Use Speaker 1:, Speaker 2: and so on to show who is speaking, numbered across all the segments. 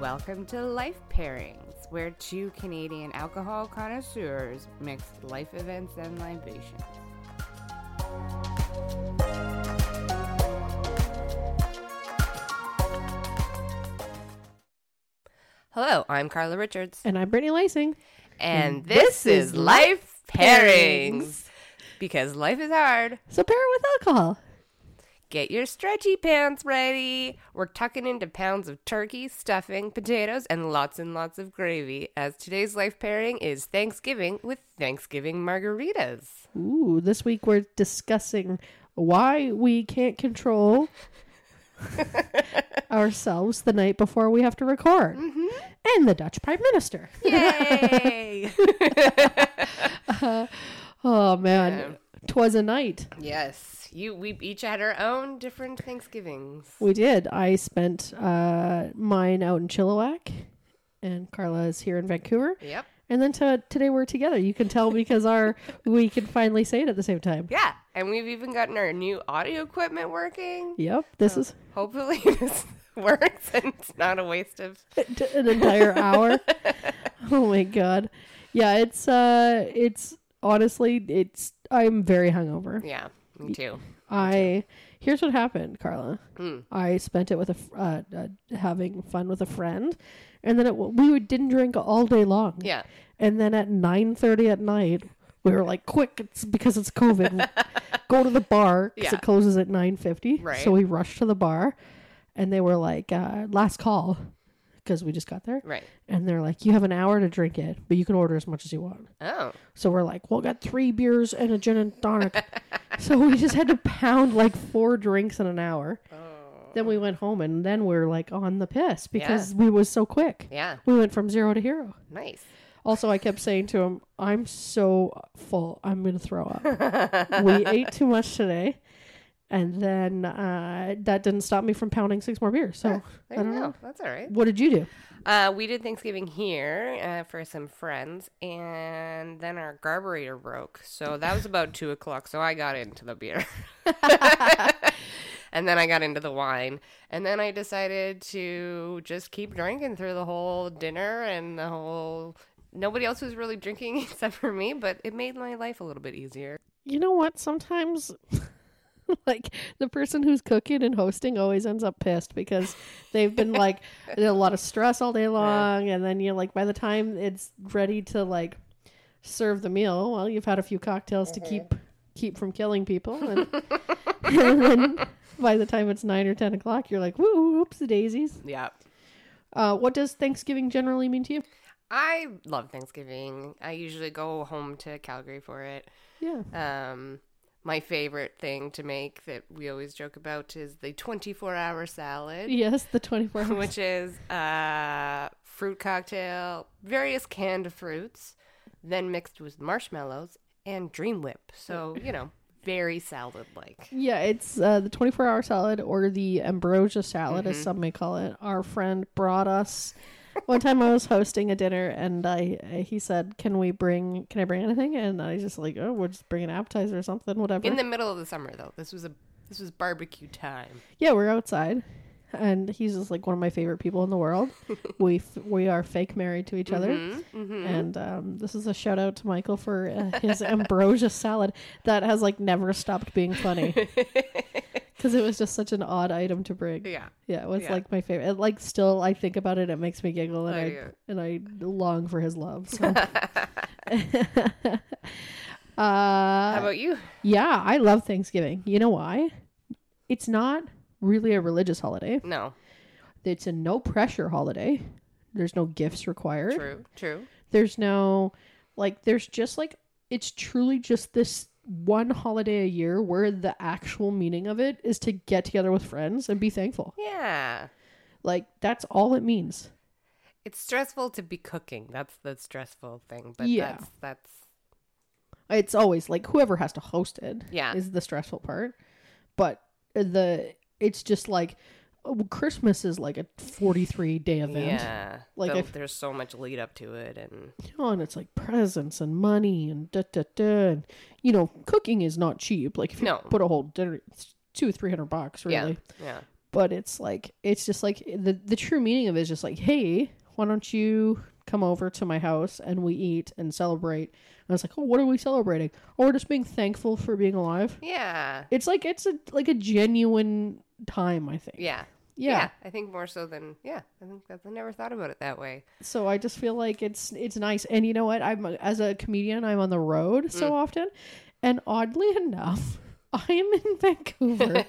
Speaker 1: Welcome to Life Pairings, where two Canadian alcohol connoisseurs mix life events and libations. Hello, I'm Carla Richards,
Speaker 2: And I'm Brittany Lacing.
Speaker 1: and this is Life Pairings because life is hard.
Speaker 2: So pair it with alcohol.
Speaker 1: Get your stretchy pants ready. We're tucking into pounds of turkey, stuffing, potatoes, and lots and lots of gravy, as today's life pairing is Thanksgiving with Thanksgiving margaritas.
Speaker 2: Ooh, this week we're discussing why we can't control ourselves the night before we have to record. And the Dutch Prime Minister.
Speaker 1: Yay!
Speaker 2: Oh, man. Twas a night.
Speaker 1: yes, you. We each had our own different Thanksgivings.
Speaker 2: We did. I spent uh, mine out in Chilliwack, and Carla is here in Vancouver.
Speaker 1: Yep.
Speaker 2: And then to today we're together. You can tell because our we can finally say it at the same time.
Speaker 1: Yeah, and we've even gotten our new audio equipment working.
Speaker 2: Yep, this is
Speaker 1: Hopefully, this works and it's not a waste of.
Speaker 2: t- an entire hour. oh my god. Yeah, it's uh it's honestly it's I'm very hungover.
Speaker 1: Yeah, me too. Hmm.
Speaker 2: I here's what happened, Carla. I spent it with a fr- uh, uh, having fun with a friend, and then it, w- we didn't drink all day long.
Speaker 1: Yeah.
Speaker 2: and then at nine thirty at night, we were like, "Quick, it's because it's COVID. Go to the bar because
Speaker 1: Yeah.
Speaker 2: it closes at nine fifty.
Speaker 1: Right.
Speaker 2: So we rushed to the bar, and they were like, uh, "Last call," because we just got there,
Speaker 1: Right.
Speaker 2: and they're like, "You have an hour to drink it, but you can order as much as you want."
Speaker 1: Oh.
Speaker 2: So we're like, well, got three beers and a gin and tonic. so we just had to pound like four drinks in an hour.
Speaker 1: Oh.
Speaker 2: Then we went home and then we were like on the piss because we was so quick.
Speaker 1: Yeah.
Speaker 2: We went from zero to hero.
Speaker 1: Nice.
Speaker 2: Also, I kept saying to him, I'm so full. I'm going to throw up. we ate too much today. And then uh, that didn't stop me from pounding six more beers. So I
Speaker 1: There you
Speaker 2: don't
Speaker 1: go.
Speaker 2: know.
Speaker 1: That's all right.
Speaker 2: What did you do?
Speaker 1: Uh, we did Thanksgiving here uh, for some friends, and then our carburetor broke. So that was about two o'clock. So I got into the beer. and then I got into the wine. And then I decided to just keep drinking through the whole dinner and the whole. Nobody else was really drinking except for me, but it made my life a little bit easier.
Speaker 2: you know what sometimes like the person who's cooking and hosting always ends up pissed because they've been like in a lot of stress all day long and then you're like by the time it's ready to like serve the meal well you've had a few cocktails to keep keep from killing people and, and then by the time it's nine or ten o'clock you're like whoops the daisies
Speaker 1: Yeah.
Speaker 2: uh, what does thanksgiving generally mean to you
Speaker 1: I love Thanksgiving. I usually go home to Calgary for it.
Speaker 2: yeah
Speaker 1: Um, my favorite thing to make that we always joke about is the 24 hour salad,
Speaker 2: yes the 24 hours
Speaker 1: which is uh, fruit cocktail, various canned fruits, then mixed with marshmallows and dream whip. So, you know, very salad like.
Speaker 2: Yeah, it's uh, the 24 hour salad or the ambrosia salad,
Speaker 1: Mm-hmm.
Speaker 2: as some may call it. Our friend brought us. One time I was hosting a dinner and I, I he said, "Can we bring? Can I bring anything?" And I just like, "Oh, we'll just bring an appetizer or something, whatever."
Speaker 1: In the middle of the summer, though, this was a this was barbecue time.
Speaker 2: yeah, we're outside, and he's just like one of my favorite people in the world. we f- we are fake married to each other,
Speaker 1: Mm-hmm.
Speaker 2: and um, this is a shout out to Michael for uh, his ambrosia salad that has like never stopped being funny because it was just such an odd item to bring.
Speaker 1: Yeah.
Speaker 2: Yeah, it was
Speaker 1: Yeah.
Speaker 2: like my favorite. It, like still, I think about it. It makes me giggle, and
Speaker 1: Oh,
Speaker 2: I
Speaker 1: yeah.
Speaker 2: and I long for his love. So. uh,
Speaker 1: How about you?
Speaker 2: yeah, I love Thanksgiving. You know why? It's not really a religious holiday.
Speaker 1: No.
Speaker 2: It's a no pressure holiday. There's no gifts required.
Speaker 1: True. True.
Speaker 2: There's no like. There's just like it's truly just this one holiday a year where the actual meaning of it is to get together with friends and be thankful.
Speaker 1: Yeah.
Speaker 2: Like that's all it means.
Speaker 1: It's stressful to be cooking. That's the stressful thing. But
Speaker 2: Yeah.
Speaker 1: that's that's
Speaker 2: it's always like whoever has to host it
Speaker 1: Yeah.
Speaker 2: is the stressful part but the it's just like oh, christmas is like a 43 day event
Speaker 1: Yeah.
Speaker 2: Like,
Speaker 1: Like
Speaker 2: if-
Speaker 1: there's so much lead up to it and
Speaker 2: oh, and it's like presents and money and da da da and you know cooking is not cheap like if you
Speaker 1: No.
Speaker 2: put a whole dinner it's two three hundred bucks really
Speaker 1: yeah. Yeah.
Speaker 2: but it's like it's just like the the true meaning of it is just like, hey, why don't you come over to my house and we eat and celebrate? And it's like, oh, what are we celebrating? Oh, we're just being thankful for being alive.
Speaker 1: Yeah.
Speaker 2: It's like it's a like a genuine time, I think.
Speaker 1: Yeah.
Speaker 2: Yeah.
Speaker 1: I think more so than yeah. I think that I never thought about it that way.
Speaker 2: So I just feel like it's it's nice. And you know what? I'm as a comedian, I'm on the road
Speaker 1: Mm.
Speaker 2: so often, and oddly enough, I am in Vancouver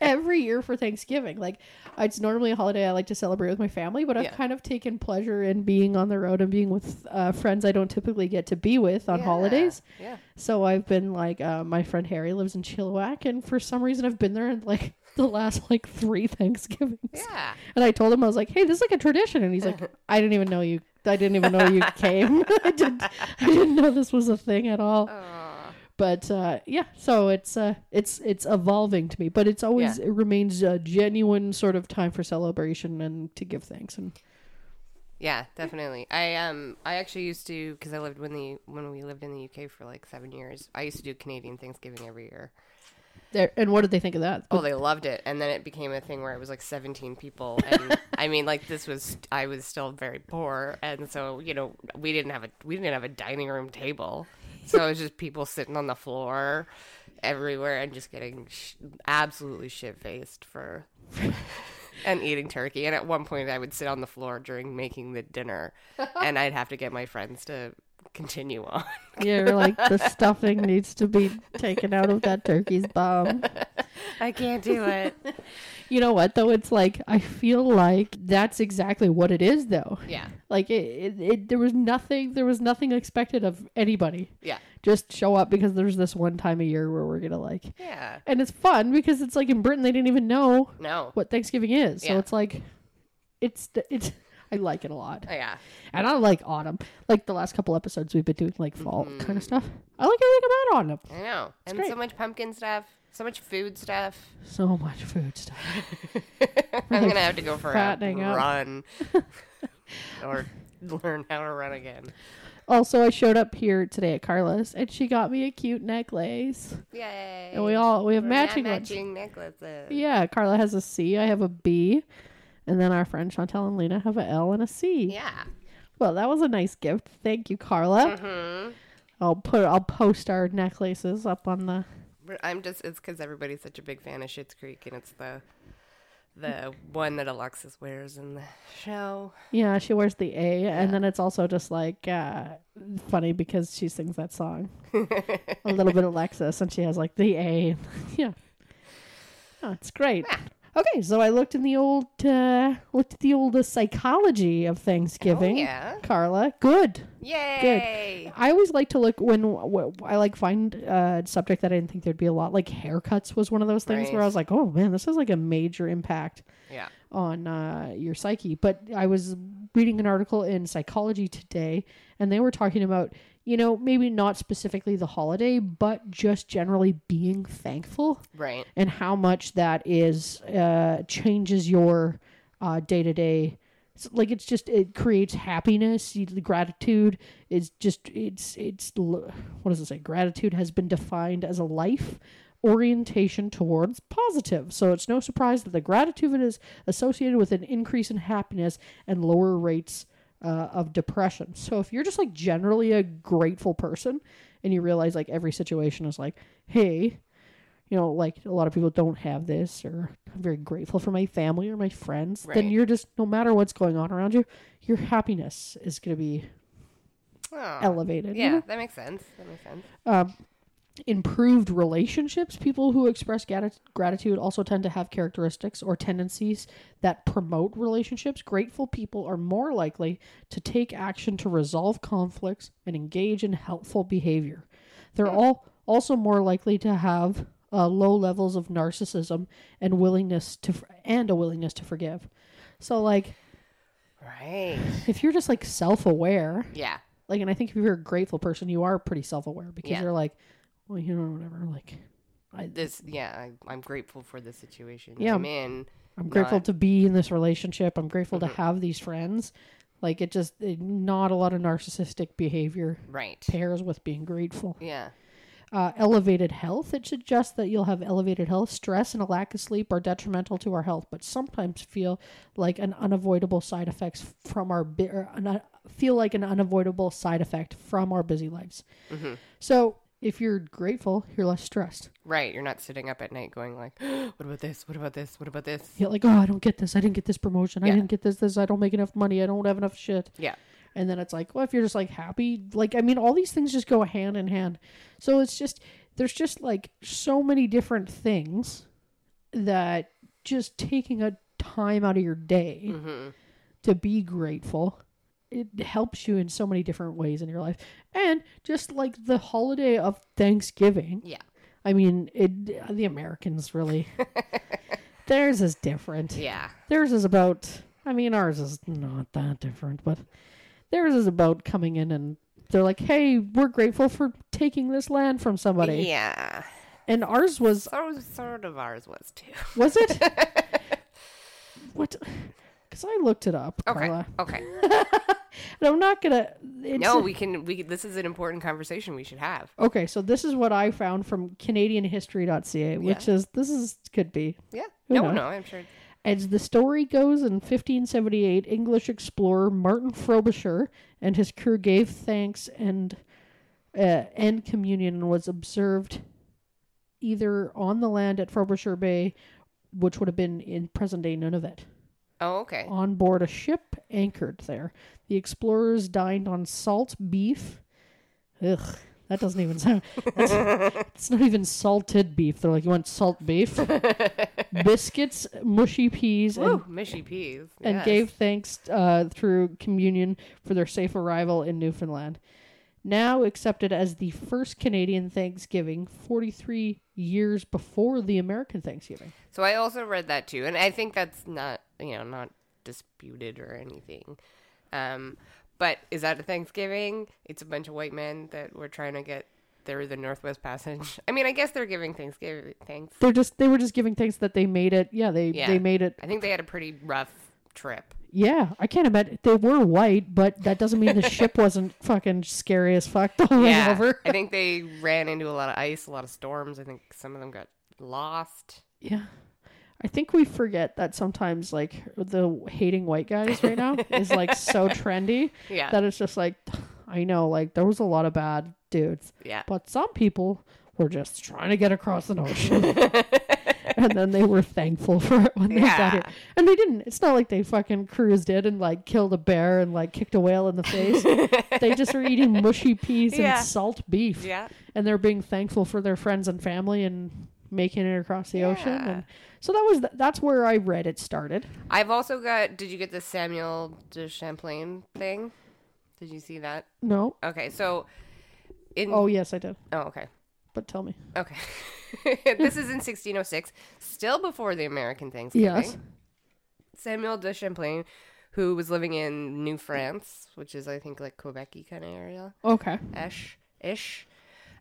Speaker 2: every year for Thanksgiving. Like it's normally a holiday I like to celebrate with my family, but I've
Speaker 1: Yeah.
Speaker 2: kind of taken pleasure in being on the road and being with uh, friends I don't typically get to be with on
Speaker 1: Yeah.
Speaker 2: holidays.
Speaker 1: Yeah.
Speaker 2: So I've been like, uh, my friend Harry lives in Chilliwack, and for some reason I've been there in like the last like three Thanksgivings.
Speaker 1: Yeah.
Speaker 2: And I told him I was like, "Hey, this is like a tradition." And he's like, "I didn't even know you. I didn't even know you came. I didn't. I didn't know this was a thing at all."
Speaker 1: Aw.
Speaker 2: But uh, yeah, so it's uh, it's it's evolving to me, but it's always it remains a genuine sort of time for celebration and to give thanks. And
Speaker 1: Yeah, definitely. I um I actually used to because I lived when the when we lived in the UK for like seven years. I used to do Canadian Thanksgiving every year.
Speaker 2: there, and what did they think of that?
Speaker 1: Oh, they loved it, and then it became a thing where it was like seventeen people, and I mean, like this was I was still very poor, and so you know we didn't have a we didn't have a dining room table, so it was just people sitting on the floor everywhere and just getting sh- absolutely shit faced for and eating turkey. And at one point, I would sit on the floor during making the dinner, and I'd have to get my friends to continue on.
Speaker 2: You're like the stuffing needs to be taken out of that turkey's bum.
Speaker 1: I can't do it.
Speaker 2: You know what though? It's like I feel like that's exactly what it is though.
Speaker 1: Yeah,
Speaker 2: Like it, it, it there was nothing there was nothing expected of anybody.
Speaker 1: yeah,
Speaker 2: Just show up because there's this one time a year where we're gonna like
Speaker 1: yeah.
Speaker 2: and it's fun because it's like in Britain they didn't even know
Speaker 1: No.
Speaker 2: what Thanksgiving is. So
Speaker 1: Yeah.
Speaker 2: it's like it's the- it's I like it a lot.
Speaker 1: Yeah.
Speaker 2: And I like autumn. Like the last couple episodes we've been doing like fall kind of stuff. I like everything about autumn.
Speaker 1: I know. and
Speaker 2: great.
Speaker 1: so much pumpkin stuff, so much food stuff.
Speaker 2: So much food stuff.
Speaker 1: I'm going to have to go for a
Speaker 2: fattening up.
Speaker 1: run or learn how to run again.
Speaker 2: Also I showed up here today at Carla's and she got me a cute necklace.
Speaker 1: Yay.
Speaker 2: And we all we have
Speaker 1: We're now
Speaker 2: matching ones.
Speaker 1: matching necklaces.
Speaker 2: Yeah, Carla has a C. I have a B. And then our friend Chantel and Lena have a L and a C.
Speaker 1: Yeah.
Speaker 2: Well, that was a nice gift. Thank you, Carla.
Speaker 1: Mhm.
Speaker 2: I'll put I'll post our necklaces up on the
Speaker 1: But I'm just it's cuz everybody's such a big fan of Shits Creek and it's the the one that Alexis wears in the show.
Speaker 2: Yeah, she wears the A and then it's also just like uh, funny because she sings that song. a little bit Alexis and she has like the A. yeah. Oh, it's great. Okay, so I looked in the old uh, looked at the old uh, psychology of Thanksgiving.
Speaker 1: Oh, yeah.
Speaker 2: Carla, good.
Speaker 1: Yay.
Speaker 2: I always like to look when wh- wh- I like find a subject that I didn't think there'd be a lot. Like haircuts was one of those things where
Speaker 1: Right.
Speaker 2: I was like, oh man, this is like a major impact
Speaker 1: Yeah.
Speaker 2: on uh, your psyche. But I was reading an article in Psychology Today, and they were talking about you know maybe not specifically the holiday, but just generally being thankful
Speaker 1: Right.
Speaker 2: and how much that is uh, changes your day to day. Like it's just it creates happiness. You- The gratitude is just it's it's l- what does it say? Gratitude has been defined as a life orientation towards positive. So it's no surprise that the gratitude is associated with an increase in happiness and lower rates uh, of depression. So if you're just like generally a grateful person, and you realize like every situation is like, hey, you know, like a lot of people don't have this, or I'm very grateful for my family or my friends,
Speaker 1: Right.
Speaker 2: then you're just, no matter what's going on around you, your happiness is going to be
Speaker 1: Aw.
Speaker 2: elevated. you
Speaker 1: Oh. Uh, Yeah,
Speaker 2: know?
Speaker 1: that makes sense. That makes sense.
Speaker 2: Um, improved relationships. People who express grat- gratitude also tend to have characteristics or tendencies that promote relationships. Grateful people are more likely to take action to resolve conflicts and engage in helpful behavior. They're all also more likely to have uh, low levels of narcissism and willingness to f- and a willingness to forgive. So like
Speaker 1: Right.
Speaker 2: if you're just like self-aware,
Speaker 1: Yeah.
Speaker 2: like and i think if you're a grateful person you are pretty self-aware because
Speaker 1: Yeah.
Speaker 2: you're like well you know whatever like I,
Speaker 1: This yeah, I, I'm grateful for the situation
Speaker 2: Yeah.
Speaker 1: I'm in.
Speaker 2: i'm grateful
Speaker 1: Not-
Speaker 2: to be in this relationship i'm grateful to have these friends like it just it- not a lot of narcissistic behavior
Speaker 1: Right.
Speaker 2: pairs with being grateful
Speaker 1: Yeah.
Speaker 2: uh, elevated health. It suggests that you'll have elevated health. Stress and a lack of sleep are detrimental to our health, but sometimes feel like an unavoidable side effects from our bi- or an, uh, feel like an unavoidable side effect from our busy lives.
Speaker 1: Mhm.
Speaker 2: So if you're grateful, you're less stressed.
Speaker 1: Right. You're not sitting up at night going like, what about this? What about this? What about this?
Speaker 2: You're like, oh, I don't get this. I didn't get this promotion.
Speaker 1: Yeah.
Speaker 2: I didn't get this. This. I don't make enough money. I don't have enough shit.
Speaker 1: Yeah.
Speaker 2: And then it's like, well, if you're just like happy, like, I mean, all these things just go hand in hand. So it's just, there's just like so many different things that just taking a time out of your day
Speaker 1: hmm
Speaker 2: to be grateful, it helps you in so many different ways in your life. And just like the holiday of Thanksgiving,
Speaker 1: Yeah.
Speaker 2: I mean, it, the Americans really, theirs is different.
Speaker 1: Yeah.
Speaker 2: Theirs is about, I mean, ours is not that different, but theirs is about coming in and they're like, hey, we're grateful for taking this land from somebody.
Speaker 1: Yeah.
Speaker 2: And ours was,
Speaker 1: So sort of ours was too.
Speaker 2: was it? what? Because I looked it up,
Speaker 1: Okay.
Speaker 2: Carla.
Speaker 1: Okay.
Speaker 2: And I'm not going to.
Speaker 1: no, we can. We this is an important conversation we should have.
Speaker 2: Okay, so this is what I found from CanadianHistory.ca, which is, this is, could be,
Speaker 1: Yeah.
Speaker 2: Who
Speaker 1: no,
Speaker 2: knows?
Speaker 1: no, I'm sure.
Speaker 2: As the story goes, in 1578, English explorer Martin Frobisher and his crew gave thanks and uh, and communion and was observed either on the land at Frobisher Bay, which would have been in present-day Nunavut,
Speaker 1: Oh, okay.
Speaker 2: on board a ship anchored there. The explorers dined on salt beef. Ugh, that doesn't even sound. it's not even salted beef. They're like, you want salt beef? Biscuits, mushy peas, and
Speaker 1: Woo, Mishy Peas.
Speaker 2: and
Speaker 1: yes.
Speaker 2: gave thanks uh, through communion for their safe arrival in Newfoundland. Now accepted as the first Canadian Thanksgiving, 43 years before the American Thanksgiving.
Speaker 1: So I also read that too, and I think that's not you know not disputed or anything. Um, but is that a Thanksgiving? It's a bunch of white men that were trying to get through the Northwest Passage. I mean, I guess they're giving Thanksgiving thanks.
Speaker 2: They're just they were just giving thanks that they made it. Yeah, they
Speaker 1: Yeah.
Speaker 2: they made it.
Speaker 1: I think they had a pretty rough trip.
Speaker 2: Yeah, I can't imagine they were white, but that doesn't mean the ship wasn't fucking scary as fuck the whole way
Speaker 1: Yeah,
Speaker 2: over.
Speaker 1: I think they ran into a lot of ice, a lot of storms. I think some of them got lost.
Speaker 2: Yeah. I think we forget that sometimes like the hating white guys right now is like so trendy.
Speaker 1: Yeah,
Speaker 2: that it's just like I know, like there was a lot of bad dudes,
Speaker 1: yeah.
Speaker 2: but some people were just trying to get across an ocean, and then they were thankful for it when they got here.
Speaker 1: Yeah.
Speaker 2: And they didn't. It's not like they fucking cruised in and like killed a bear and like kicked a whale in the face. they just were eating mushy peas
Speaker 1: Yeah.
Speaker 2: and salt beef,
Speaker 1: yeah,
Speaker 2: and they're being thankful for their friends and family and making it across the ocean.
Speaker 1: Yeah.
Speaker 2: And so that was th- that's where I read it started.
Speaker 1: I've also got. Did you get the Samuel de Champlain thing? Did you see that?
Speaker 2: No,
Speaker 1: Okay, so in
Speaker 2: oh
Speaker 1: oh,
Speaker 2: yes, I did.
Speaker 1: okay
Speaker 2: But tell me,
Speaker 1: okay, this is in 1606, still before the American Thanksgiving.
Speaker 2: yes,
Speaker 1: Samuel de Champlain, who was living in New France, which is I think like Quebec-y kind of area,
Speaker 2: okay,
Speaker 1: ish, ish.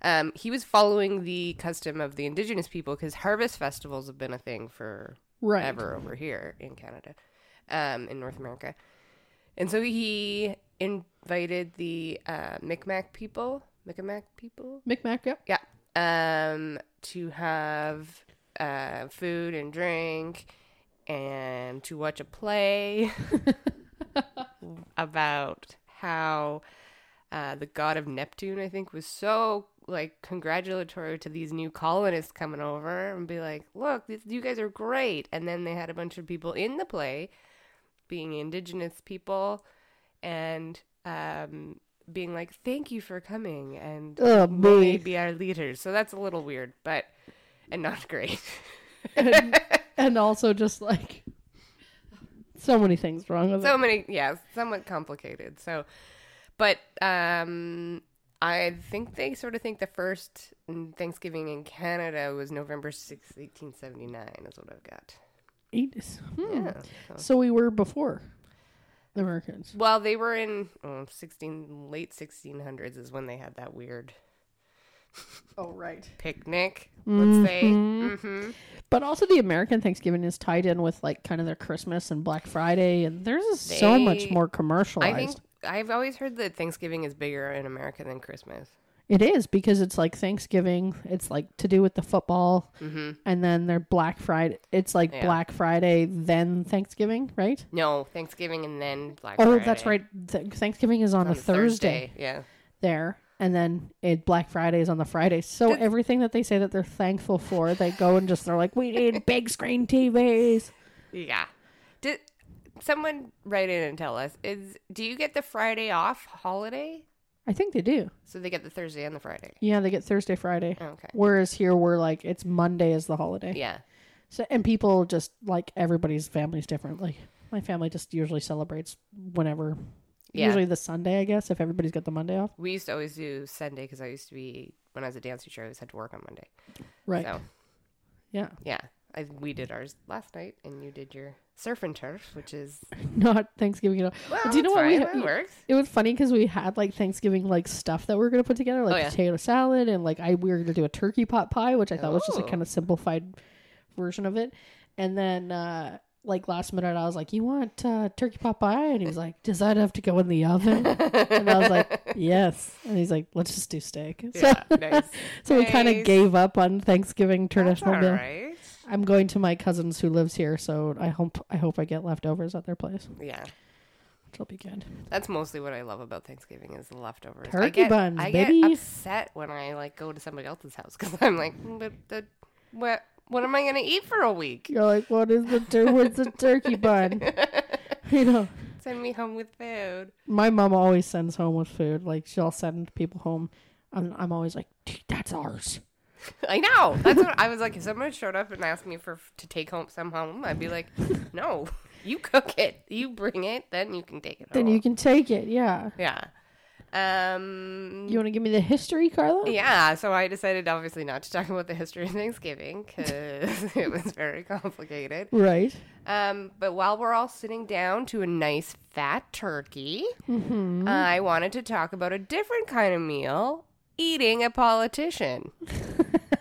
Speaker 1: Um, he was following the custom of the indigenous people because harvest festivals have been a thing for
Speaker 2: right,
Speaker 1: ever over here in Canada, um, in North America. And so he invited the uh, Micmac people, Micmac people,
Speaker 2: Micmac, yep.
Speaker 1: yeah, um, to have uh, food and drink and to watch a play about how uh, the god of Neptune, I think, was so like congratulatory to these new colonists coming over and be like, look, this, you guys are great. And then they had a bunch of people in the play being indigenous people and um, being like, thank you for coming and
Speaker 2: Oh,
Speaker 1: may
Speaker 2: boy.
Speaker 1: be our leaders. So that's a little weird, but and not great.
Speaker 2: and, and also just like so many things wrong with
Speaker 1: so many yeah somewhat complicated so but um i think they sort of think the first thanksgiving in canada was november sixth, 1879 is what i've got
Speaker 2: it. Eight- hmm.
Speaker 1: yeah so.
Speaker 2: So we were before the Americans.
Speaker 1: well they were in oh, 16 late 1600s is when they had that weird
Speaker 2: Oh, right.
Speaker 1: picnic let's say mm-hmm.
Speaker 2: But also the American Thanksgiving is tied in with like kind of their Christmas and Black Friday, and theirs is so
Speaker 1: They-
Speaker 2: much more
Speaker 1: i think
Speaker 2: commercialized.
Speaker 1: i've always heard that thanksgiving is bigger in america than christmas
Speaker 2: It is because it's like Thanksgiving. It's like to do with the football,
Speaker 1: Mhm.
Speaker 2: and then they're Black Friday. It's like
Speaker 1: Yeah.
Speaker 2: Black Friday, then Thanksgiving, right?
Speaker 1: No, Thanksgiving and then Black
Speaker 2: Oh,
Speaker 1: Friday.
Speaker 2: that's right. Th- Thanksgiving is on,
Speaker 1: On
Speaker 2: a Thursday,
Speaker 1: Yeah.
Speaker 2: there, and then it Black Friday is on the Friday. So
Speaker 1: Does-
Speaker 2: everything that they say that they're thankful for, they go and just they're like, we need big screen TVs.
Speaker 1: Yeah. Did someone write in and tell us is do you get the Friday off holiday?
Speaker 2: I think they do.
Speaker 1: So they get the Thursday and the Friday.
Speaker 2: Yeah, they get Thursday, Friday.
Speaker 1: Okay.
Speaker 2: Whereas here, we're like it's Monday is the holiday.
Speaker 1: Yeah.
Speaker 2: So and people just like everybody's families different. Like my family just usually celebrates whenever,
Speaker 1: Yeah.
Speaker 2: usually the Sunday, I guess, if everybody's got the Monday off.
Speaker 1: We used to always do Sunday because I used to be when I was a dance teacher. I always had to work on Monday.
Speaker 2: Right.
Speaker 1: So
Speaker 2: Yeah.
Speaker 1: yeah, I, we did ours last night, and you did your surf and turf, which is
Speaker 2: Not Thanksgiving at all.
Speaker 1: well,
Speaker 2: Do you know
Speaker 1: it's
Speaker 2: what we
Speaker 1: fine,
Speaker 2: ha-
Speaker 1: that works.
Speaker 2: It was funny because we had like Thanksgiving like stuff that we were gonna put together, like
Speaker 1: Oh, yeah.
Speaker 2: potato salad, and like I we were gonna do a turkey pot pie, which I thought was just a
Speaker 1: Oh.
Speaker 2: kind of simplified version of it. And then uh like last minute, I was like, "You want uh, turkey pot pie?" And he was like, "Does that have to go in the oven?" and I was like, "Yes." And he's like, "Let's just do steak." So,
Speaker 1: yeah, nice.
Speaker 2: so we kind
Speaker 1: Nice.
Speaker 2: of gave up on Thanksgiving
Speaker 1: That's all
Speaker 2: traditional meal.
Speaker 1: right.
Speaker 2: I'm going to my cousins who lives here, so I hope I hope I get leftovers at their place,
Speaker 1: Yeah,
Speaker 2: which will be good.
Speaker 1: that's mostly what I love about Thanksgiving is the leftovers. I
Speaker 2: Turkey
Speaker 1: get,
Speaker 2: buns,
Speaker 1: I get
Speaker 2: baby.
Speaker 1: upset when I like go to somebody else's house because I'm like, "Mm, but the, what what am I gonna eat for a week?
Speaker 2: You're like, what is the tur- what's the turkey bun? you know,
Speaker 1: Send me home with food.
Speaker 2: my mom always sends home with food. Like she'll send people home. I'm, I'm always like, "Dude, that's ours.
Speaker 1: I know. That's what I was like. If someone showed up and asked me for to take home some home, I'd be like, no, you cook it, you bring it, then you can take it.
Speaker 2: Then
Speaker 1: home.
Speaker 2: you can take it. Yeah.
Speaker 1: yeah. Um.
Speaker 2: You want to give me the history, Carla?
Speaker 1: yeah, so I decided obviously not to talk about the history of Thanksgiving because it was very complicated.
Speaker 2: Right.
Speaker 1: Um, but while we're all sitting down to a nice fat turkey, I wanted to talk about a different kind of meal eating a politician.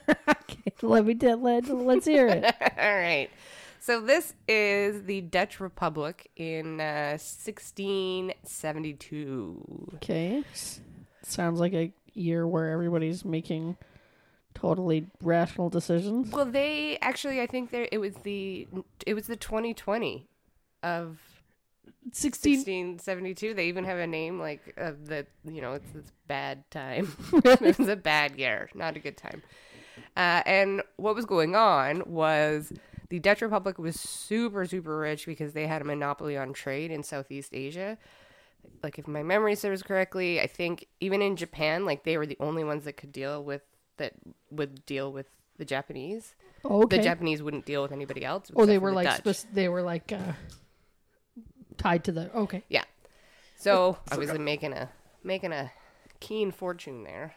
Speaker 2: okay. Let me de- let let's hear it.
Speaker 1: All right. So this is the Dutch Republic in uh, 1672.
Speaker 2: Okay. S- Sounds like a year where everybody's making totally rational decisions.
Speaker 1: Well, they actually, I think there it was the it was the 2020 of
Speaker 2: 16
Speaker 1: 1672. They even have a name like uh, the you know it's this bad time. it was a bad year, not a good time. Uh, and what was going on was the Dutch Republic was super super rich because they had a monopoly on trade in Southeast Asia. Like if my memory serves correctly, I think even in Japan, like they were the only ones that could deal with that would deal with the Japanese.
Speaker 2: Okay.
Speaker 1: The Japanese wouldn't deal with anybody else.
Speaker 2: oh, they
Speaker 1: except for
Speaker 2: were
Speaker 1: the
Speaker 2: like
Speaker 1: Dutch.
Speaker 2: spec- they were like uh, tied to the okay.
Speaker 1: Yeah. So I was making a making a keen fortune there.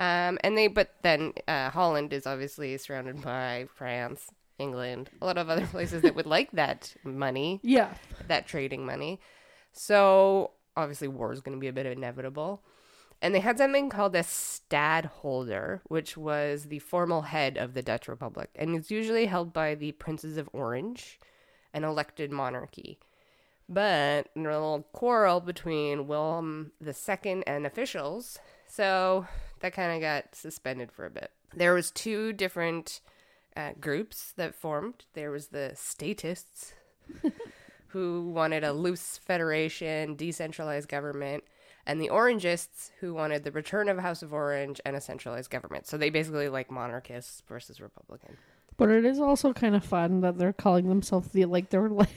Speaker 1: Um, and they, but then uh, Holland is obviously surrounded by France, England, a lot of other places that would like that money,
Speaker 2: Yeah.
Speaker 1: that trading money. So obviously, war is going to be a bit inevitable. And they had something called a stadholder, which was the formal head of the Dutch Republic, and it's usually held by the princes of Orange, an elected monarchy. But there was a little quarrel between Wilhelm II and officials, so that kind of got suspended for a bit. There was two different uh, groups that formed. There was the statists, who wanted a loose federation, decentralized government, and the Orangists, who wanted the return of House of Orange and a centralized government. So they basically like monarchists versus Republican.
Speaker 2: But it is also kind of fun that they're calling themselves the like they're like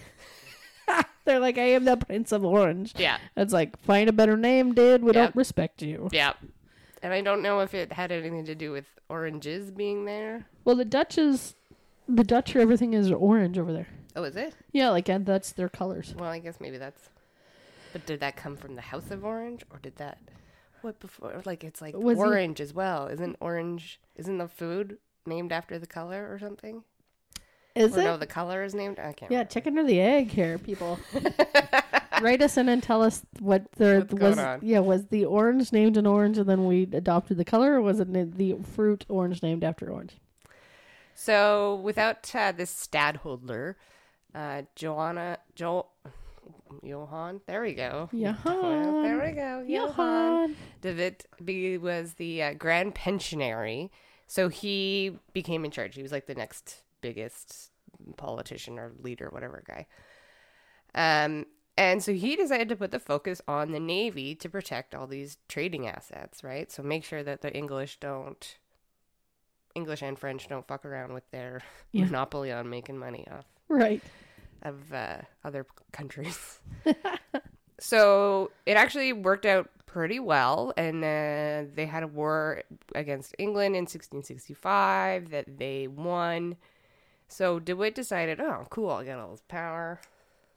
Speaker 2: they're like I am the Prince of Orange.
Speaker 1: Yeah,
Speaker 2: It's like find a better name, dude. We
Speaker 1: Yep.
Speaker 2: don't respect you.
Speaker 1: yeah. And I don't know if it had anything to do with oranges being there.
Speaker 2: Well, the Dutch is the Dutch. Everything is orange over there.
Speaker 1: Oh, is it?
Speaker 2: Yeah, like and that's their colors.
Speaker 1: Well, I guess maybe that's. But did that come from the House of Orange, or did that? What before? Like it's like
Speaker 2: Was he-
Speaker 1: orange as well. Isn't orange? Isn't the food named after the color or something?
Speaker 2: Is
Speaker 1: or
Speaker 2: it?
Speaker 1: no, the color is named. I can't.
Speaker 2: yeah, chicken or the egg here, people. Write us in and tell us what the
Speaker 1: What's
Speaker 2: was.
Speaker 1: going on?
Speaker 2: Yeah, was the orange named an orange and then we adopted the color, or was it na- the fruit orange named after orange?
Speaker 1: So without uh, this stadholder, uh, Joanna, jo- Johan. There we go.
Speaker 2: Johann.
Speaker 1: There we go. Johan.
Speaker 2: Johann.
Speaker 1: De Witt be, was the uh, grand pensionary. So he became in charge. He was like the next biggest politician or leader, whatever guy. Um, and so he decided to put the focus on the navy to protect all these trading assets, right? So make sure that the English don't, English and French don't fuck around with their
Speaker 2: Yeah.
Speaker 1: monopoly on making money off
Speaker 2: Right.
Speaker 1: of uh, other countries. so it actually worked out pretty well, and uh, they had a war against England in 1665 that they won. So DeWitt decided, oh, cool, I got all this power.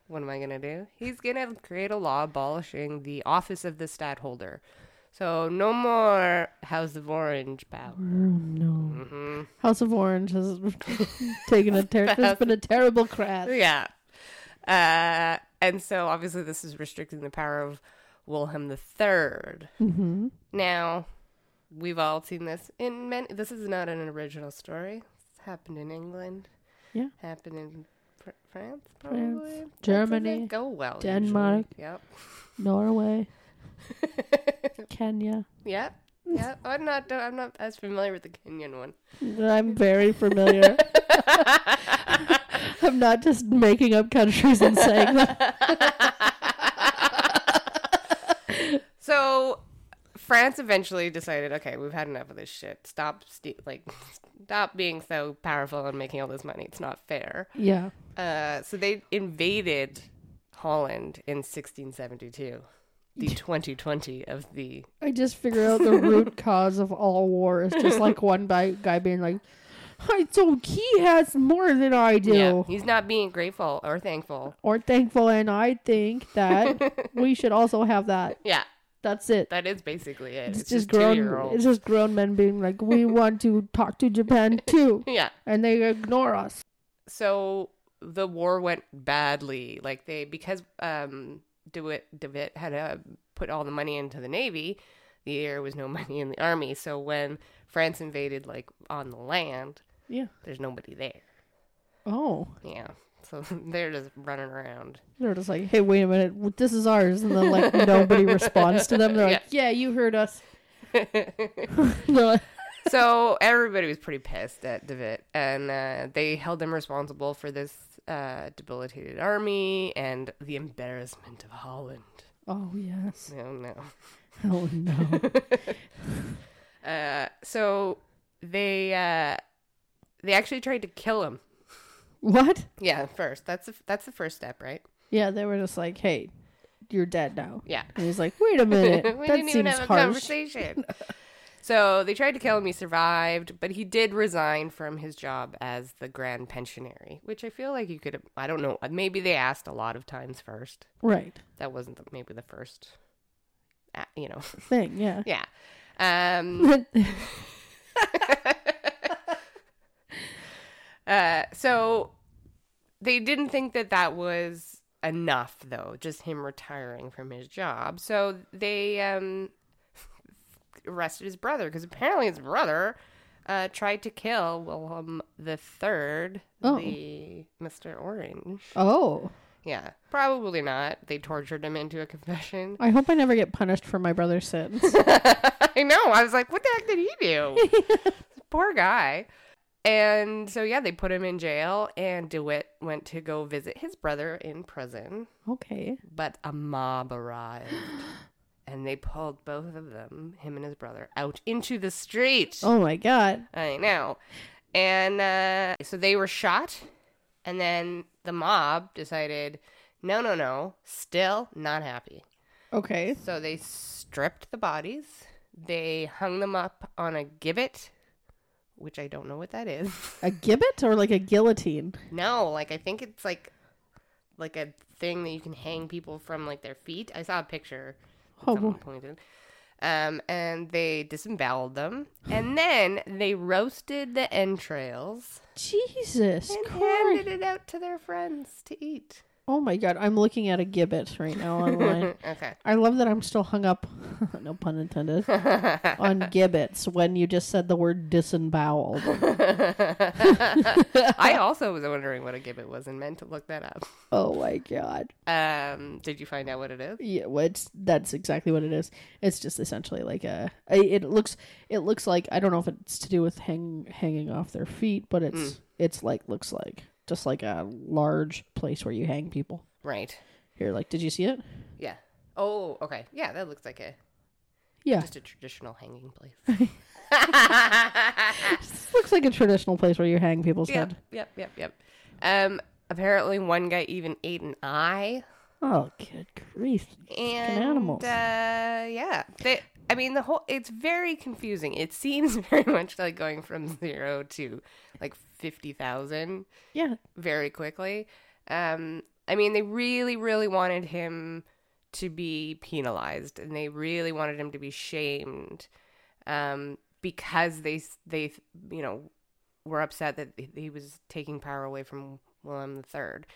Speaker 1: What am I going to do? He's going to create a law abolishing the office of the stadtholder. So no more House of Orange power.
Speaker 2: no.
Speaker 1: hmm
Speaker 2: House of Orange has taken a ter- has been a terrible crash.
Speaker 1: Yeah. Uh, and so obviously this is restricting the power of Wilhelm III.
Speaker 2: Mm-hmm.
Speaker 1: Now, we've all seen this in many. This is not an original story. It's happened in England.
Speaker 2: Yeah.
Speaker 1: Happened in fr- France, probably.
Speaker 2: France,
Speaker 1: That doesn't
Speaker 2: Germany,
Speaker 1: Go well. usually.
Speaker 2: Denmark.
Speaker 1: Yep.
Speaker 2: Norway, Kenya.
Speaker 1: yep. Yep. I'm not. I'm not as familiar with the Kenyan one.
Speaker 2: I'm very familiar. I'm not just making up countries and saying that.
Speaker 1: so France eventually decided, okay, we've had enough of this shit. Stop, ste like, stop being so powerful and making all this money. It's not fair.
Speaker 2: Yeah.
Speaker 1: Uh, so they invaded Holland in 1672, the 2020 of the.
Speaker 2: I just figure out the root cause of all war is just like one by, guy being like, I so he has more than I do.
Speaker 1: Yeah, he's not being grateful or thankful.
Speaker 2: Or thankful, and I think that we should also have that.
Speaker 1: Yeah,
Speaker 2: That's it.
Speaker 1: that is basically it.
Speaker 2: it's,
Speaker 1: It's,
Speaker 2: just
Speaker 1: two
Speaker 2: grown.
Speaker 1: year old.
Speaker 2: It's just grown men being like, we want to talk to Japan too,
Speaker 1: Yeah.
Speaker 2: and they ignore us.
Speaker 1: so the war went badly. Like they because um DeWitt DeWitt had uh, put all the money into the navy, there was no money in the army. So when France invaded like on the land,
Speaker 2: Yeah.
Speaker 1: there's nobody there.
Speaker 2: Oh,
Speaker 1: Yeah. So they're just running around.
Speaker 2: they're just like, hey, wait a minute, w- this is ours, and then like nobody responds to them. They're like, yeah, you heard us. They're like,
Speaker 1: so everybody was pretty pissed at DeWitt, and uh, they held him responsible for this uh, debilitated army and the embarrassment of Holland.
Speaker 2: oh yes,
Speaker 1: Oh no.
Speaker 2: oh no,
Speaker 1: Uh, so they uh, they actually tried to kill him.
Speaker 2: what?
Speaker 1: Yeah, first. That's the, that's the first step, right?
Speaker 2: Yeah, they were just like, hey, you're dead now.
Speaker 1: Yeah.
Speaker 2: And he's like, wait a
Speaker 1: we
Speaker 2: minute, that
Speaker 1: didn't
Speaker 2: seems
Speaker 1: even have a
Speaker 2: harsh.
Speaker 1: conversation. so they tried to kill him. He survived, but he did resign from his job as the grand pensionary, which I feel like you could. I don't know. Maybe they asked a lot of times first.
Speaker 2: Right
Speaker 1: That wasn't the, maybe the first. uh, You know.
Speaker 2: thing, yeah.
Speaker 1: Yeah. Um. Uh, so they didn't think that that was enough though just him retiring from his job so they um arrested his brother because apparently his brother uh tried to kill wilhelm the third
Speaker 2: Oh.
Speaker 1: the mr orange
Speaker 2: oh,
Speaker 1: yeah probably not they tortured him into a confession
Speaker 2: I hope I never get punished for my brother's sins.
Speaker 1: I know. I was like, what the heck did he do? Poor guy. And so, yeah, they put him in jail, and DeWitt went to go visit his brother in prison,
Speaker 2: okay.
Speaker 1: but a mob arrived. And they pulled both of them, him and his brother, out into the street.
Speaker 2: Oh my god.
Speaker 1: I know. And uh, so they were shot, and then the mob decided, no, no, no, still not happy.
Speaker 2: Okay.
Speaker 1: So they stripped the bodies. They hung them up on a gibbet, which I don't know what that is.
Speaker 2: A gibbet or like a guillotine?
Speaker 1: no, like I think it's like like a thing that you can hang people from like their feet. I saw a picture
Speaker 2: Oh,
Speaker 1: someone
Speaker 2: boy.
Speaker 1: pointed. Um, and they disemboweled them, and then they roasted the entrails
Speaker 2: Jesus
Speaker 1: and
Speaker 2: Christ.
Speaker 1: handed it out to their friends to eat.
Speaker 2: Oh my god, I'm looking at a gibbet right now online.
Speaker 1: okay.
Speaker 2: I love that I'm still hung up, no pun intended, on gibbets when you just said the word disemboweled.
Speaker 1: I also was wondering what a gibbet was and meant to look that up.
Speaker 2: Oh my god.
Speaker 1: Um, did you find out what it is?
Speaker 2: Yeah, well, it's that's exactly what it is. It's just essentially like a. I- It looks. It looks like I don't know if it's to do with hang hanging off their feet, but it's it's like looks like just like a large place where you hang people.
Speaker 1: Right.
Speaker 2: Here, like, did you see it?
Speaker 1: Yeah. Oh, okay. Yeah, that looks like a
Speaker 2: Yeah,
Speaker 1: just a traditional hanging place.
Speaker 2: This looks like a traditional place where you hang people's
Speaker 1: yep,
Speaker 2: head.
Speaker 1: yep, yep, yep. Um, apparently one guy even ate an eye.
Speaker 2: Oh, good grief!
Speaker 1: and
Speaker 2: animals.
Speaker 1: Uh, yeah, they, I mean the whole. It's very confusing. It seems very much like going from zero to like fifty thousand
Speaker 2: Yeah,
Speaker 1: very quickly. Um, I mean they really, really wanted him to be penalized, and they really wanted him to be shamed, um, because they they you know were upset that he was taking power away from William the Third,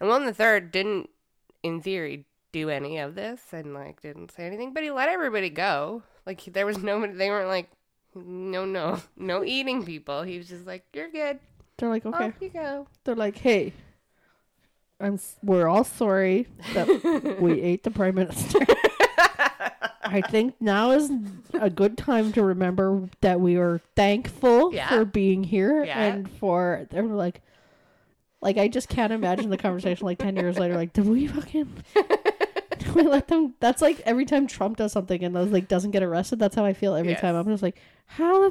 Speaker 1: and William the Third didn't, in theory, do any of this, and like didn't say anything, but he let everybody go. Like there was no, they weren't like, no, no, no eating people. He was just like, you're good,
Speaker 2: they're like okay.
Speaker 1: off you go.
Speaker 2: They're like, hey, I'm. s- We're all sorry that we ate the prime minister. I think now is a good time to remember that we are thankful
Speaker 1: Yeah.
Speaker 2: for being here
Speaker 1: Yeah.
Speaker 2: and for they were like, like I just can't imagine the conversation like ten years later. Like, did we fucking? Did we let them? That's like every time Trump does something and those like doesn't get arrested. That's how I feel every
Speaker 1: Yes.
Speaker 2: time. I'm just like, how?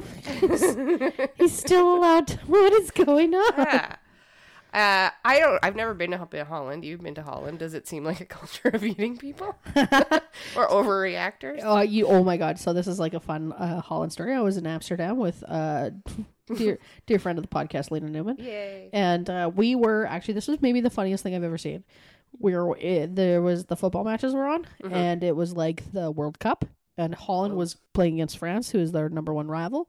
Speaker 2: The, he's still allowed. To, what is going on?
Speaker 1: Yeah. Uh, I don't. I've never been to Ho- Holland. You've been to Holland. Does it seem like a culture of eating people or overreactors?
Speaker 2: Uh, you, oh my god! So this is like a fun uh, Holland story. I was in Amsterdam with uh, dear dear friend of the podcast, Lena Newman,
Speaker 1: Yay!
Speaker 2: and uh, we were actually this was maybe the funniest thing I've ever seen. We were it, there was the football matches were on, and it was like the World Cup, and Holland was playing against France, who is their number one rival.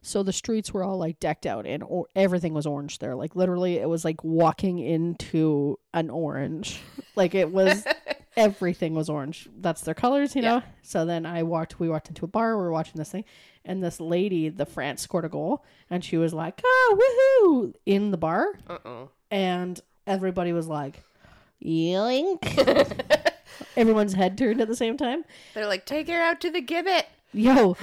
Speaker 2: So the streets were all like decked out, and or- everything was orange there. Like literally, it was like walking into an orange. Like it was everything was orange. That's their colors, you know. So then I walked. We walked into a bar. We were watching this thing, and this lady, the France, scored a goal, and she was like, "Oh, woohoo!" in the bar,
Speaker 1: Uh oh.
Speaker 2: and everybody was like, "Yoink!" Everyone's head turned at the same time.
Speaker 1: They're like, take her out to the gibbet.
Speaker 2: Yo,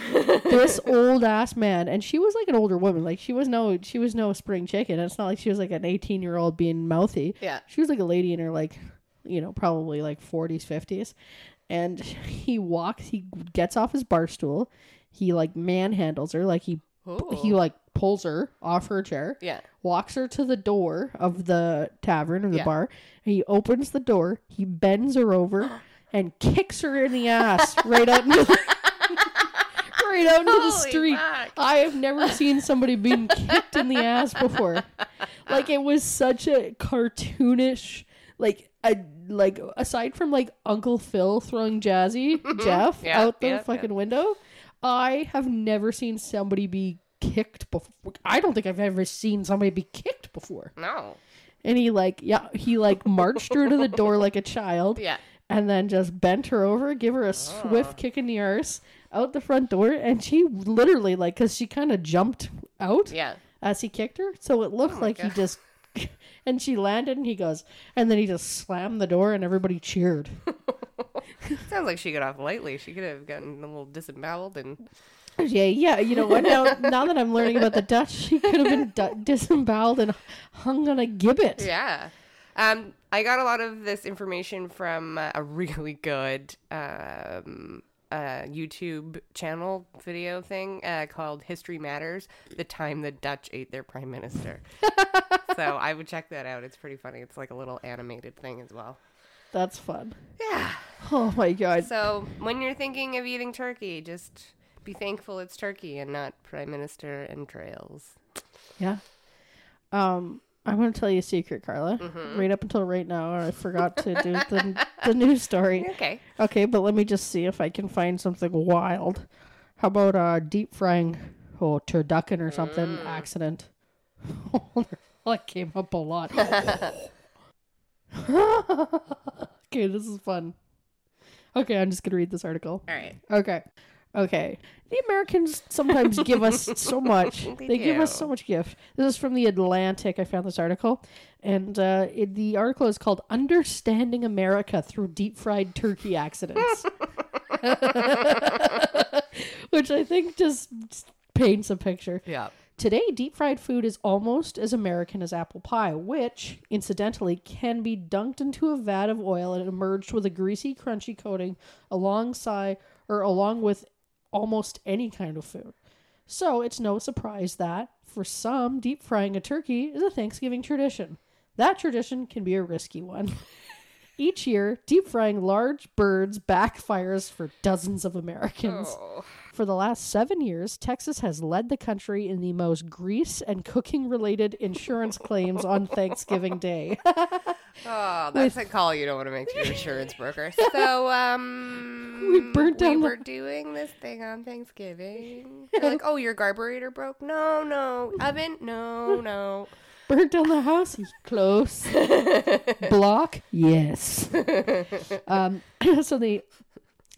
Speaker 2: this old ass man, and she was like an older woman. Like she was no, she was no spring chicken. It's not like she was like an eighteen year old being mouthy.
Speaker 1: Yeah.
Speaker 2: she was like a lady in her like, you know, probably like forties, fifties. And he walks. He gets off his bar stool. He like manhandles her. Like he
Speaker 1: Ooh.
Speaker 2: he like pulls her off her chair.
Speaker 1: Yeah.
Speaker 2: Walks her to the door of the tavern or the
Speaker 1: Yeah.
Speaker 2: bar. He opens the door. He bends her over and kicks her in the ass right out into the, right out into the
Speaker 1: Holy
Speaker 2: street.
Speaker 1: fuck.
Speaker 2: I have never seen somebody being kicked in the ass before. Like it was such a cartoonish, like a like aside from like Uncle Phil throwing Jazzy Jeff
Speaker 1: Mm-hmm. Yeah,
Speaker 2: out the
Speaker 1: yeah, yeah.
Speaker 2: fucking window, I have never seen somebody be kicked before. I don't think I've ever seen somebody be kicked before.
Speaker 1: No.
Speaker 2: And he like yeah, he like marched her to the door like a child
Speaker 1: Yeah.
Speaker 2: and then just bent her over, give
Speaker 1: Ah.
Speaker 2: her a swift kick in the arse out the front door, and she literally like because she kind of jumped out
Speaker 1: Yeah. Oh
Speaker 2: as he kicked her, so it looked like he
Speaker 1: God.
Speaker 2: just and she landed, and he goes, and then he just slammed the door, and everybody cheered.
Speaker 1: Sounds like she got off lightly. She could have gotten a little disemboweled and
Speaker 2: yeah, yeah, you know what? Now, now that I'm learning about the Dutch, she could have been du- disemboweled and hung on a gibbet.
Speaker 1: yeah. Um, I got a lot of this information from uh, a really good um, uh, YouTube channel video thing uh, called History Matters: The Time the Dutch Ate Their Prime Minister. so I would check that out. It's pretty funny. It's like a little animated thing as well.
Speaker 2: That's fun.
Speaker 1: Yeah.
Speaker 2: Oh my god.
Speaker 1: So when you're thinking of eating turkey, just be thankful it's turkey and not Prime Minister entrails.
Speaker 2: Yeah. Um, I'm going to tell you a secret, Carla. Right up until right now, I forgot to do the, the news story.
Speaker 1: Okay.
Speaker 2: Okay, but let me just see if I can find something wild. How about uh, deep frying or turducken or something accident? well, it came up a lot. okay, this is fun. Okay, I'm just going to read this article.
Speaker 1: All right.
Speaker 2: Okay. Okay. The Americans sometimes give us so much.
Speaker 1: They
Speaker 2: They, give us
Speaker 1: do.
Speaker 2: so much gift. This is from The Atlantic. I found this article. And uh, it, the article is called Understanding America Through Deep Fried Turkey Accidents. Which I think just paints a picture.
Speaker 1: Yeah.
Speaker 2: Today, deep fried food is almost as American as apple pie, which, incidentally, can be dunked into a vat of oil and emerged with a greasy, crunchy coating alongside or along with almost any kind of food. So it's no surprise that, for some, deep frying a turkey is a Thanksgiving tradition. That tradition can be a risky one. Each year, deep frying large birds backfires for dozens of Americans.
Speaker 1: Oh.
Speaker 2: For the last seven years, Texas has led the country in the most grease and cooking related insurance claims on Thanksgiving Day.
Speaker 1: Oh, that's a call you don't want to make to your insurance broker. So, um,
Speaker 2: We burnt
Speaker 1: we
Speaker 2: down the-
Speaker 1: were doing this thing on Thanksgiving. They're like, oh, your carburetor broke? No, no. Oven? No, no.
Speaker 2: Burnt down the house? Close. Block? Yes. um, so the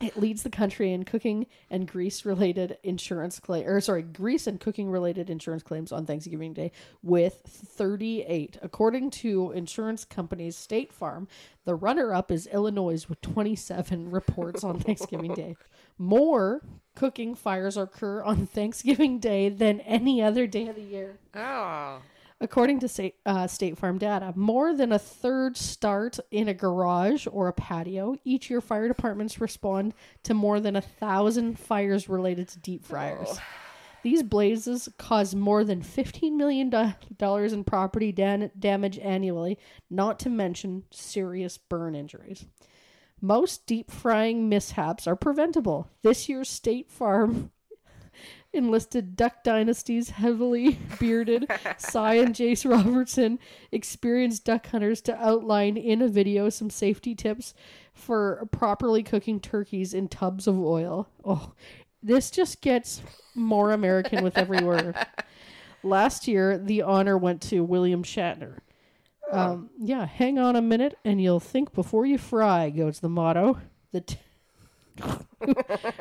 Speaker 2: it leads the country in cooking and grease related insurance claim or sorry, grease and cooking related insurance claims on Thanksgiving Day with 38. According to insurance companies State Farm, the runner up is Illinois with 27 reports on Thanksgiving Day. More cooking fires occur on Thanksgiving Day than any other day of the year.
Speaker 1: Oh.
Speaker 2: According to state, uh, State Farm data, more than a third start in a garage or a patio. Each year, fire departments respond to more than a thousand fires related to deep fryers. These blazes cause more than $15 million do- in property dan- damage annually, not to mention serious burn injuries. Most deep frying mishaps are preventable. This year's State Farm enlisted Duck Dynasty's heavily bearded Cy and Jace Robertson, experienced duck hunters, to outline in a video some safety tips for properly cooking turkeys in tubs of oil. Oh, this just gets more American with every word. Last year, the honor went to William Shatner. Um, yeah, hang on a minute and you'll think before you fry, goes the motto. The t-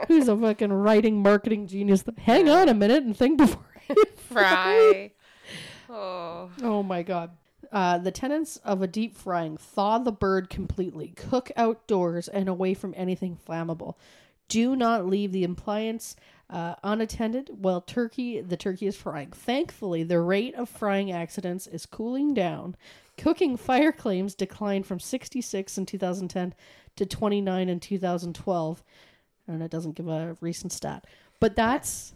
Speaker 2: Who's a fucking writing marketing genius? that- Hang on a minute and think before.
Speaker 1: Fry. Oh.
Speaker 2: oh my god. Uh, the tenants of a deep frying thaw the bird completely, cook outdoors and away from anything flammable. Do not leave the appliance uh, unattended while turkey the turkey is frying. Thankfully, the rate of frying accidents is cooling down. Cooking fire claims declined from 66 in 2010 to 29 in 2012, and it doesn't give a recent stat. But that's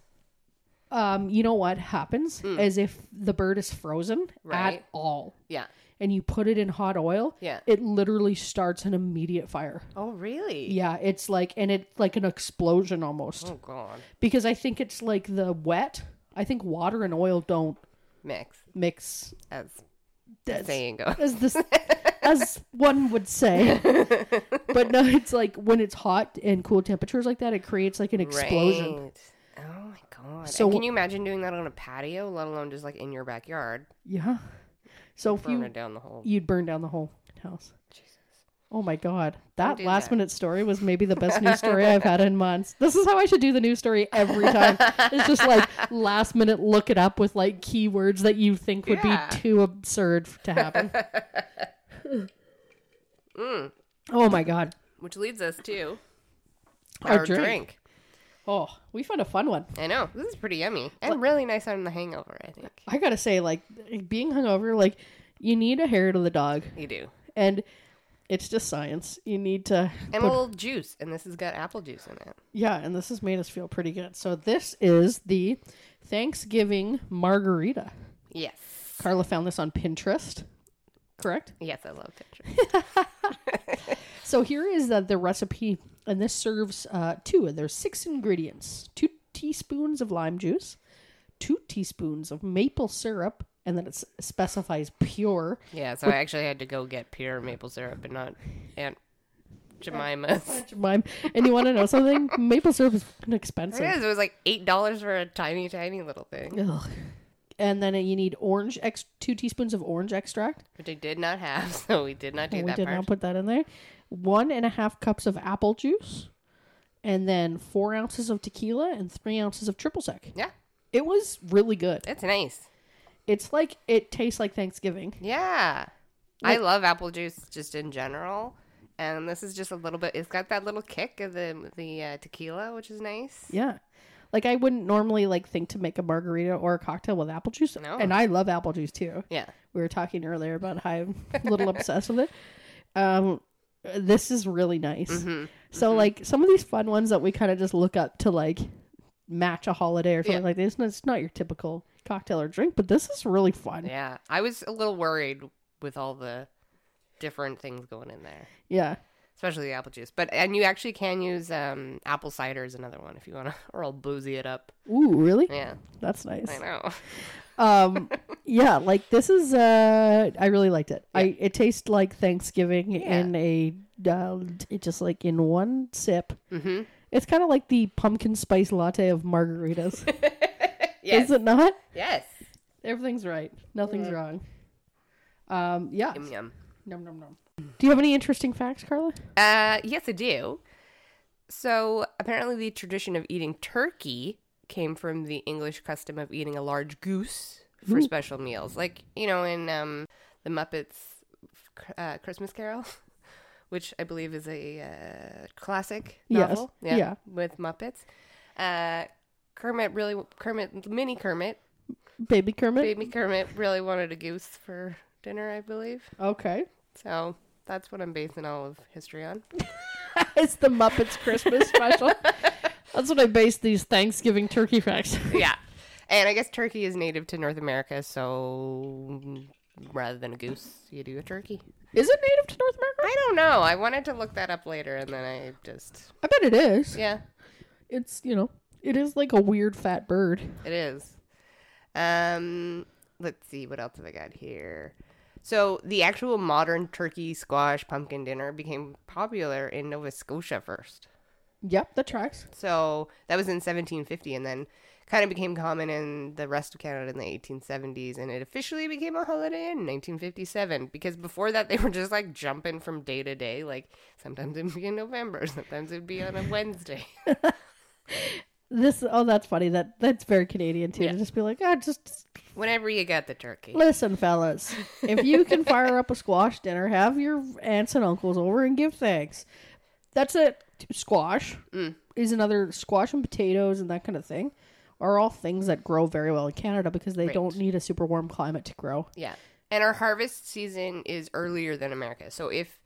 Speaker 2: um, you know what happens is if the bird is frozen
Speaker 1: Hmm. Right.
Speaker 2: at all
Speaker 1: Yeah.
Speaker 2: and you put it in hot oil,
Speaker 1: Yeah.
Speaker 2: it literally starts an immediate fire.
Speaker 1: Oh, really?
Speaker 2: Yeah, it's like and it's like an explosion almost
Speaker 1: Oh, God.
Speaker 2: because I think it's like the wet. I think water and oil don't
Speaker 1: Mix,
Speaker 2: mix
Speaker 1: as the
Speaker 2: That's-
Speaker 1: saying goes.
Speaker 2: as this as one would say. But no, it's like when it's hot and cool temperatures like that, it creates like an explosion.
Speaker 1: Right. Oh, my God.
Speaker 2: So-
Speaker 1: So, can you imagine doing that on a patio, let alone just like in your backyard?
Speaker 2: Yeah. So if
Speaker 1: Burn
Speaker 2: you
Speaker 1: it down the whole.
Speaker 2: you'd burn down the whole house.
Speaker 1: Jesus.
Speaker 2: Oh my god. That
Speaker 1: do
Speaker 2: last
Speaker 1: that.
Speaker 2: minute story was maybe the best news story I've had in months. This is how I should do the news story every time. It's just like last minute look it up with like keywords that you think would
Speaker 1: Yeah.
Speaker 2: be too absurd f- to happen. Oh my god.
Speaker 1: Which leads us to
Speaker 2: Our
Speaker 1: our,
Speaker 2: drink.
Speaker 1: drink.
Speaker 2: Oh, we found a fun one.
Speaker 1: I know. This is pretty yummy. And really nice on the hangover, I think.
Speaker 2: I gotta say, like being hungover, like you need a hair to the dog,
Speaker 1: You do.
Speaker 2: and it's just science. You need to,
Speaker 1: And a little juice. And this has got apple juice in it.
Speaker 2: yeah. And this has made us feel pretty good. So this is the Thanksgiving margarita.
Speaker 1: Yes.
Speaker 2: Carla found this on Pinterest, correct?
Speaker 1: Yes, I love pictures.
Speaker 2: So here is the, the recipe, and this serves uh, two. And there's six ingredients: two teaspoons of lime juice, two teaspoons of maple syrup, and then it s- specifies pure.
Speaker 1: Yeah, so I actually had to go get pure maple syrup and not Aunt Jemima's.
Speaker 2: Mime. And you want to know something? Maple syrup is fucking
Speaker 1: It
Speaker 2: expensive.
Speaker 1: is. It was like $8 for a tiny, tiny little thing.
Speaker 2: Ugh. and then you need orange ex- two teaspoons of orange extract.
Speaker 1: Which I did not have, so we did not do
Speaker 2: And we
Speaker 1: that
Speaker 2: did
Speaker 1: part.
Speaker 2: not put that in there. One and a half cups of apple juice, and then four ounces of tequila and three ounces of triple sec.
Speaker 1: Yeah,
Speaker 2: It was really good.
Speaker 1: it's nice.
Speaker 2: It's like it tastes like Thanksgiving.
Speaker 1: Yeah. I love apple juice just in general. And this is just a little bit. It's got that little kick of the the uh, tequila, which is nice.
Speaker 2: Yeah. Like I wouldn't normally like think to make a margarita or a cocktail with apple juice,
Speaker 1: No.
Speaker 2: and I love apple juice too.
Speaker 1: Yeah,
Speaker 2: We were talking earlier about how I'm a little obsessed with it. Um, this is really nice.
Speaker 1: Mm-hmm.
Speaker 2: So like some of these fun ones that we kind of just look up to like match a holiday or something
Speaker 1: Yeah.
Speaker 2: like this. and It's not your typical cocktail or drink, but this is really fun. Yeah.
Speaker 1: yeah. I was a little worried with all the different things going in there, especially the apple juice. But and you actually can use um, apple cider is another one if you want to, or I'll boozy it up.
Speaker 2: Ooh, really?
Speaker 1: Yeah,
Speaker 2: That's nice.
Speaker 1: I know.
Speaker 2: um yeah like this is uh i really liked it i it tastes like thanksgiving
Speaker 1: Yeah.
Speaker 2: in a uh, it just like in one sip
Speaker 1: Mm-hmm.
Speaker 2: it's kind of like the pumpkin spice latte of margaritas
Speaker 1: Yes,
Speaker 2: is it not
Speaker 1: yes.
Speaker 2: everything's right nothing's wrong um yeah
Speaker 1: Yum yum.
Speaker 2: nom nom nom do you have any interesting facts carla
Speaker 1: Uh, yes, I do. So apparently, the tradition of eating turkey came from the English custom of eating a large goose for special meals, like you know in um, the Muppets uh, Christmas Carol, which I believe is a uh, classic
Speaker 2: Yes.
Speaker 1: novel.
Speaker 2: Yeah.
Speaker 1: with Muppets. Uh, Kermit really Kermit mini Kermit
Speaker 2: baby kermit
Speaker 1: baby Kermit really wanted a goose for dinner, I believe.
Speaker 2: okay
Speaker 1: So that's what I'm basing all of history on.
Speaker 2: it's the muppets christmas special that's what i base these thanksgiving turkey facts
Speaker 1: yeah. And I guess turkey is native to North America, so rather than a goose, you do a turkey.
Speaker 2: is it native to north america
Speaker 1: I don't know. I wanted to look that up later, and then I just
Speaker 2: i bet it is
Speaker 1: yeah,
Speaker 2: it's you know it is like a weird fat bird
Speaker 1: it is. Um, let's see what else have I got here. So the actual modern turkey squash pumpkin dinner became popular in Nova Scotia first.
Speaker 2: yep that tracks
Speaker 1: So that was in 1750, and then kind of became common in the rest of Canada in the 1870s, and it officially became a holiday in 1957. Because before that, they were just like jumping from day to day. Like sometimes it'd be in November, sometimes it'd be on a Wednesday.
Speaker 2: this oh that's funny that that's very canadian too to just be like ah just
Speaker 1: Whenever you got the turkey,
Speaker 2: listen fellas if you can fire up a squash dinner have your aunts and uncles over and give thanks that's it squash
Speaker 1: Mm.
Speaker 2: is another squash and potatoes and that kind of thing are all things that grow very well in canada because they don't need a super warm climate to grow
Speaker 1: yeah. And our harvest season is earlier than America, so if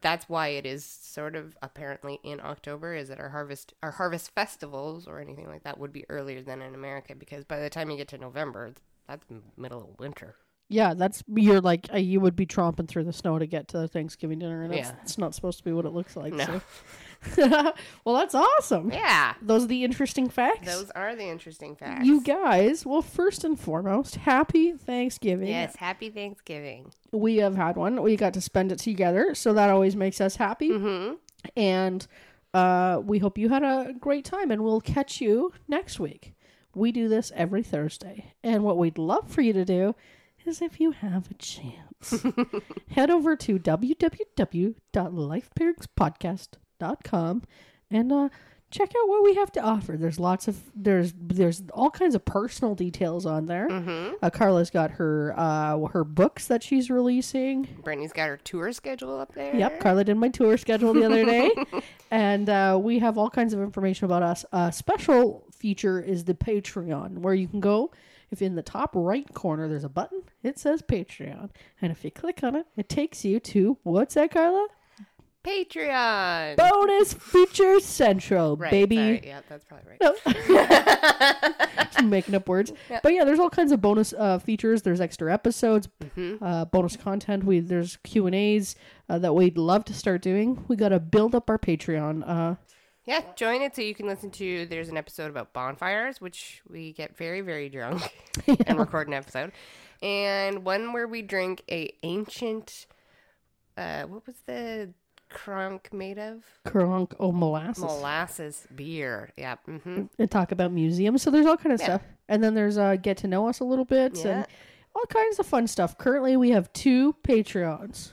Speaker 1: that's why it is sort of apparently in October is that our harvest our harvest festivals or anything like that would be earlier than in America because by the time you get to November it's- that's m- middle of winter.
Speaker 2: yeah that's you're like uh, you would be tromping through the snow to get to the thanksgiving dinner and it's,
Speaker 1: Yeah.
Speaker 2: it's not supposed to be what it looks like
Speaker 1: No.
Speaker 2: so well, that's awesome.
Speaker 1: Yeah.
Speaker 2: Those are the interesting facts.
Speaker 1: Those are the interesting facts.
Speaker 2: you guys, well, first and foremost, happy Thanksgiving.
Speaker 1: Yes, happy Thanksgiving.
Speaker 2: We have had one. We got to spend it together, so that always makes us happy.
Speaker 1: Mhm.
Speaker 2: And uh, we hope you had a great time, and we'll catch you next week. We do this every Thursday. And what we'd love for you to do is if you have a chance, head over to www.lifepairingspodcast.com and uh, check out what we have to offer. There's lots of there's there's all kinds of personal details on there. Uh, Carla's got her uh, her books that she's releasing.
Speaker 1: Brittany's got her tour schedule up there.
Speaker 2: Yep, Carla did my tour schedule the other day, and uh, we have all kinds of information about us. A special feature is the Patreon, where you can go. If in the top right corner there's a button, it says Patreon, and if you click on it, it takes you to what's that, Carla?
Speaker 1: Patreon.
Speaker 2: Bonus feature central,
Speaker 1: right,
Speaker 2: baby.
Speaker 1: sorry. Yeah, that's probably right.
Speaker 2: No. Just making up words. But yeah, there's all kinds of bonus uh, features. There's extra episodes,
Speaker 1: Mm-hmm.
Speaker 2: uh, bonus content. We there's Q and A's uh, that we'd love to start doing. We got to build up our Patreon. Uh,
Speaker 1: Yeah, join it so you can listen to. There's an episode about bonfires, which we get very, very drunk and record an episode, and one where we drink a ancient. Uh, what was the crunk made of?
Speaker 2: Kronk oh molasses
Speaker 1: Molasses beer. Yeah. hmm
Speaker 2: and talk about museums. So there's all kind of stuff. And then there's uh, get to know us a little bit
Speaker 1: Yeah.
Speaker 2: and all kinds of fun stuff. Currently, we have two Patreons.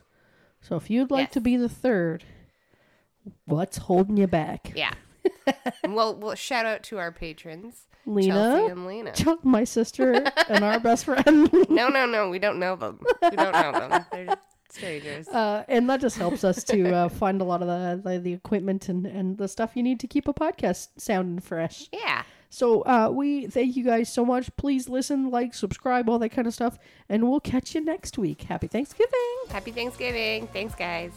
Speaker 2: So if you'd like
Speaker 1: Yes.
Speaker 2: to be the third, what's holding you back?
Speaker 1: Yeah. well, well, shout out to our patrons, Chelsea
Speaker 2: Lena,
Speaker 1: and Lena.
Speaker 2: Ch- my sister, and our best friend.
Speaker 1: No, no, no. We don't know them. We don't know them. They're strangers.
Speaker 2: Uh, and that just helps us to uh, find a lot of the, the, the equipment and, and the stuff you need to keep a podcast sounding fresh.
Speaker 1: Yeah.
Speaker 2: So uh, we thank you guys so much. Please listen, like, subscribe, all that kind of stuff. And we'll catch you next week. Happy Thanksgiving.
Speaker 1: Happy Thanksgiving. Thanks, guys.